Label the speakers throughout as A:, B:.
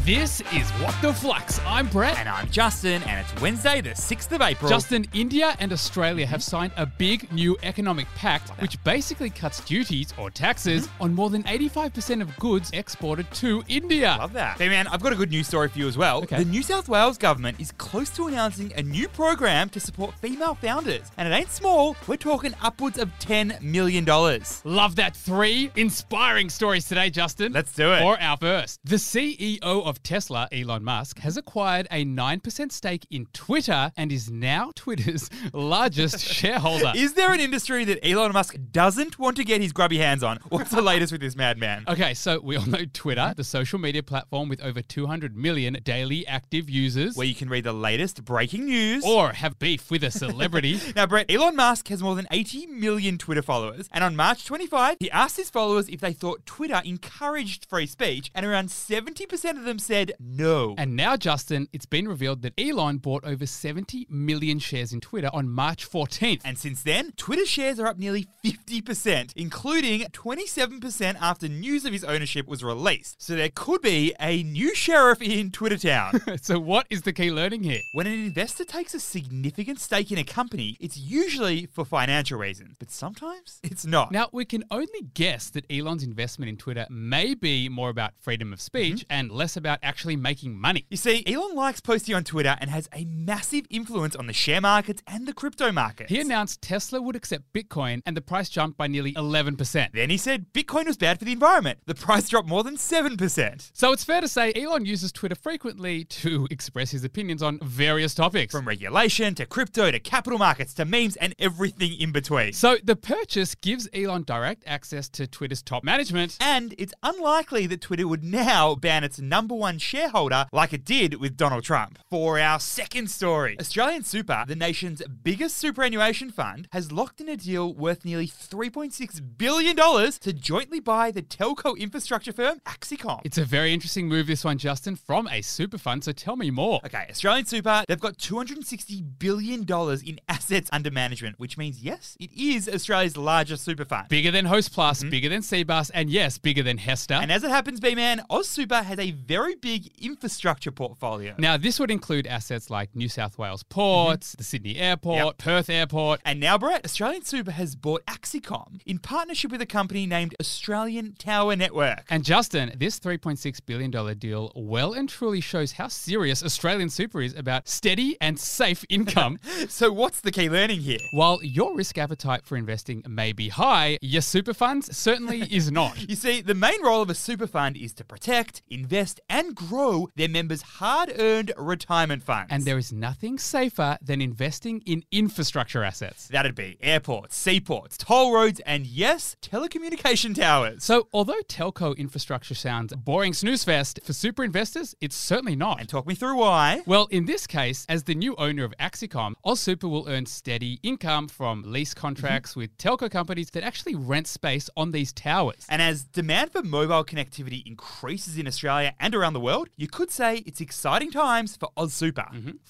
A: This is What the Flux. I'm Brett.
B: And I'm Justin, and it's Wednesday, the 6th of April.
A: Justin, India and Australia have signed a big new economic pact, which basically cuts duties or taxes
B: Mm-hmm.
A: on more than 85% of goods exported to India.
B: Love that. Hey, man, I've got a good news story for you as well.
A: Okay.
B: The New South Wales government is close to announcing a new program to support female founders. And it ain't small, we're talking upwards of $10 million.
A: Love that. Three inspiring stories today, Justin.
B: Let's do it.
A: For our first, the CEO of Tesla, Elon Musk, has acquired a 9% stake in Twitter and is now Twitter's largest shareholder.
B: Is there an industry that Elon Musk doesn't want to get his grubby hands on? What's the latest with this madman?
A: Okay, so we all know Twitter, the social media platform with over 200 million daily active users,
B: Where you can read the latest breaking news.
A: or have beef with a celebrity.
B: Now, Brett, Elon Musk has more than 80 million Twitter followers, and on March 25, he asked his followers if they thought Twitter encouraged free speech, and around 70% of them said no.
A: And now, Justin, it's been revealed that Elon bought over 70 million shares in Twitter on March 14th.
B: And since then, Twitter shares are up nearly 50%, including 27% after news of his ownership was released. So there could be a new sheriff in Twitter town.
A: so, what is the key learning here?
B: When an investor takes a significant stake in a company, it's usually for financial reasons, but sometimes it's not.
A: Now, we can only guess that Elon's investment in Twitter may be more about freedom of speech and less about actually making money.
B: You see, Elon likes posting on Twitter and has a massive influence on the share markets and the crypto markets.
A: He announced Tesla would accept Bitcoin and the price jumped by nearly 11%.
B: Then he said Bitcoin was bad for the environment. The price dropped more than 7%.
A: So it's fair to say Elon uses Twitter frequently to express his opinions on various topics.
B: From regulation to crypto to capital markets to memes and everything in between.
A: so the purchase gives Elon direct access to Twitter's top management.
B: And it's unlikely that Twitter would now ban its number one shareholder like it did with Donald Trump. For our second story, Australian Super, the nation's biggest superannuation fund, has locked in a deal worth nearly $3.6 billion to jointly buy the telco infrastructure firm Axicom.
A: It's a very interesting move, this one, Justin, from a super fund. So tell me more.
B: Okay, Australian Super, they've got $260 billion in assets under management, which means, yes, it is Australia's largest super fund.
A: Bigger than Host Plus, bigger than Seabus, and yes, bigger than Hester.
B: Mm-hmm. And as it happens, B Man, Oz Super has a very big infrastructure portfolio.
A: now, this would include assets like New South Wales ports, the Sydney airport,
B: Mm-hmm. Yep.
A: Perth airport.
B: And now, Brett, Australian Super has bought Axicom in partnership with a company named Australian Tower Network.
A: And Justin, this $3.6 billion deal well and truly shows how serious Australian super is about steady and safe income.
B: So, what's the key learning here?
A: While your risk appetite for investing may be high, your super funds certainly is not.
B: You see, the main role of a super fund is to protect, invest, and grow their members' hard earned retirement funds.
A: And there is nothing safer than investing in infrastructure assets.
B: That'd be airports, seaports, toll roads, and yes, telecommunication towers.
A: So, although telco infrastructure sounds a boring snooze fest, for super investors, it's certainly
B: And
A: not.
B: talk me through why.
A: Well, in this case, as the new owner of Axicom, AusSuper will earn steady income from lease contracts with telco companies that actually rent space on these towers.
B: And as demand for mobile connectivity increases in Australia and around the world, you could say it's exciting times for Oz Super.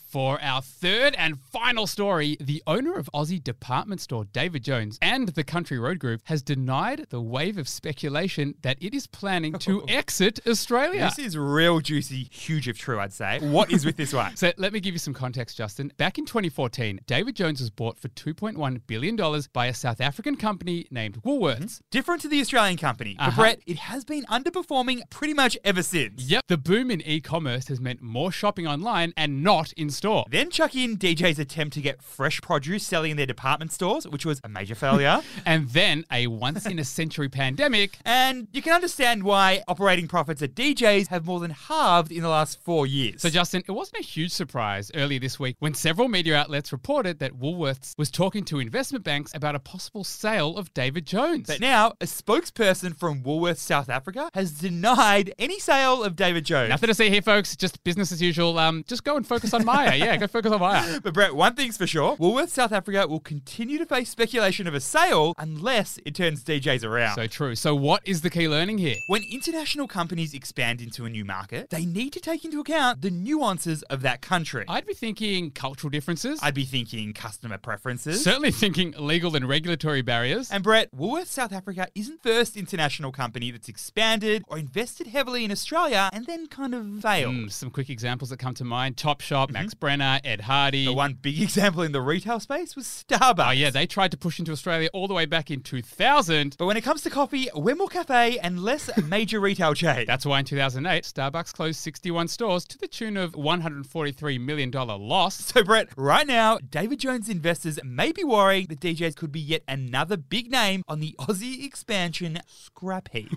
A: For our third and final story, the owner of Aussie department store David Jones and the Country Road Group has denied the wave of speculation that it is planning to exit Australia.
B: This is real juicy, huge if true, I'd say. What is with this one?
A: So let me give you some context, Justin. Back in 2014, David Jones was bought for $2.1 billion by a South African company named Woolworths.
B: Different to the Australian company, but
A: Uh-huh.
B: Brett, it has been underperforming pretty much ever since.
A: Yep, the boom in e commerce has meant more shopping online and not in store.
B: Then chuck in DJ's attempt to get fresh produce selling in their department stores, which was a major failure.
A: And then a once in a century pandemic
B: and you can understand why operating profits at DJ's have more than halved in the last four years.
A: So, Justin, it wasn't a huge surprise earlier this week when several media outlets reported that Woolworths was talking to investment banks about a possible sale of David Jones.
B: But now, a spokesperson from Woolworths South Africa has denied any sale of David Jones.
A: Nothing to see here, folks. Just business as usual. Um, just go and focus on Maya. yeah, go focus on Maya.
B: But Brett, one thing's for sure: Woolworths South Africa will continue to face speculation of a sale unless it turns DJs around.
A: So true. So, what is the key learning here?
B: when international companies expand into a new market, they need to take into account the nuances of that country.
A: I'd be thinking cultural differences.
B: I'd be thinking customer preferences.
A: certainly thinking legal and regulatory barriers.
B: And Brett, Woolworths South Africa isn't the first international company that's expanded or invested heavily in Australia and and then kind of failed.
A: Mm, some quick examples that come to mind Topshop, Max Brenner, Ed Hardy.
B: Mm-hmm. The one big example in the retail space was Starbucks.
A: Oh, yeah, they tried to push into Australia all the way back in 2000.
B: But when it comes to coffee, we're more cafe and less major retail chain.
A: That's why in 2008, Starbucks closed 61 stores to the tune of $143 million loss.
B: So, Brett, right now, David Jones investors may be worrying that DJs could be yet another big name on the Aussie expansion scrap heap.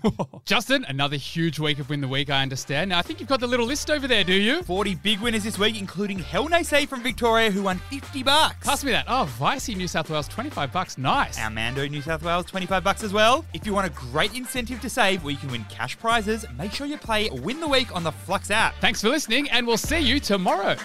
A: Justin, another huge week of Win the Week, I understand. Now, I think you've got the little list over there, do you?
B: 40 big winners this week, including Hell No Say from Victoria, who won 50 bucks.
A: Pass me that. Oh, Vicey, New South Wales, 25 bucks. Nice.
B: Our Mando New South Wales, 25 bucks as well. If you want a great incentive to save where you can win cash prizes, make sure you play Win the Week on the Flux app.
A: Thanks for listening, and we'll see you tomorrow.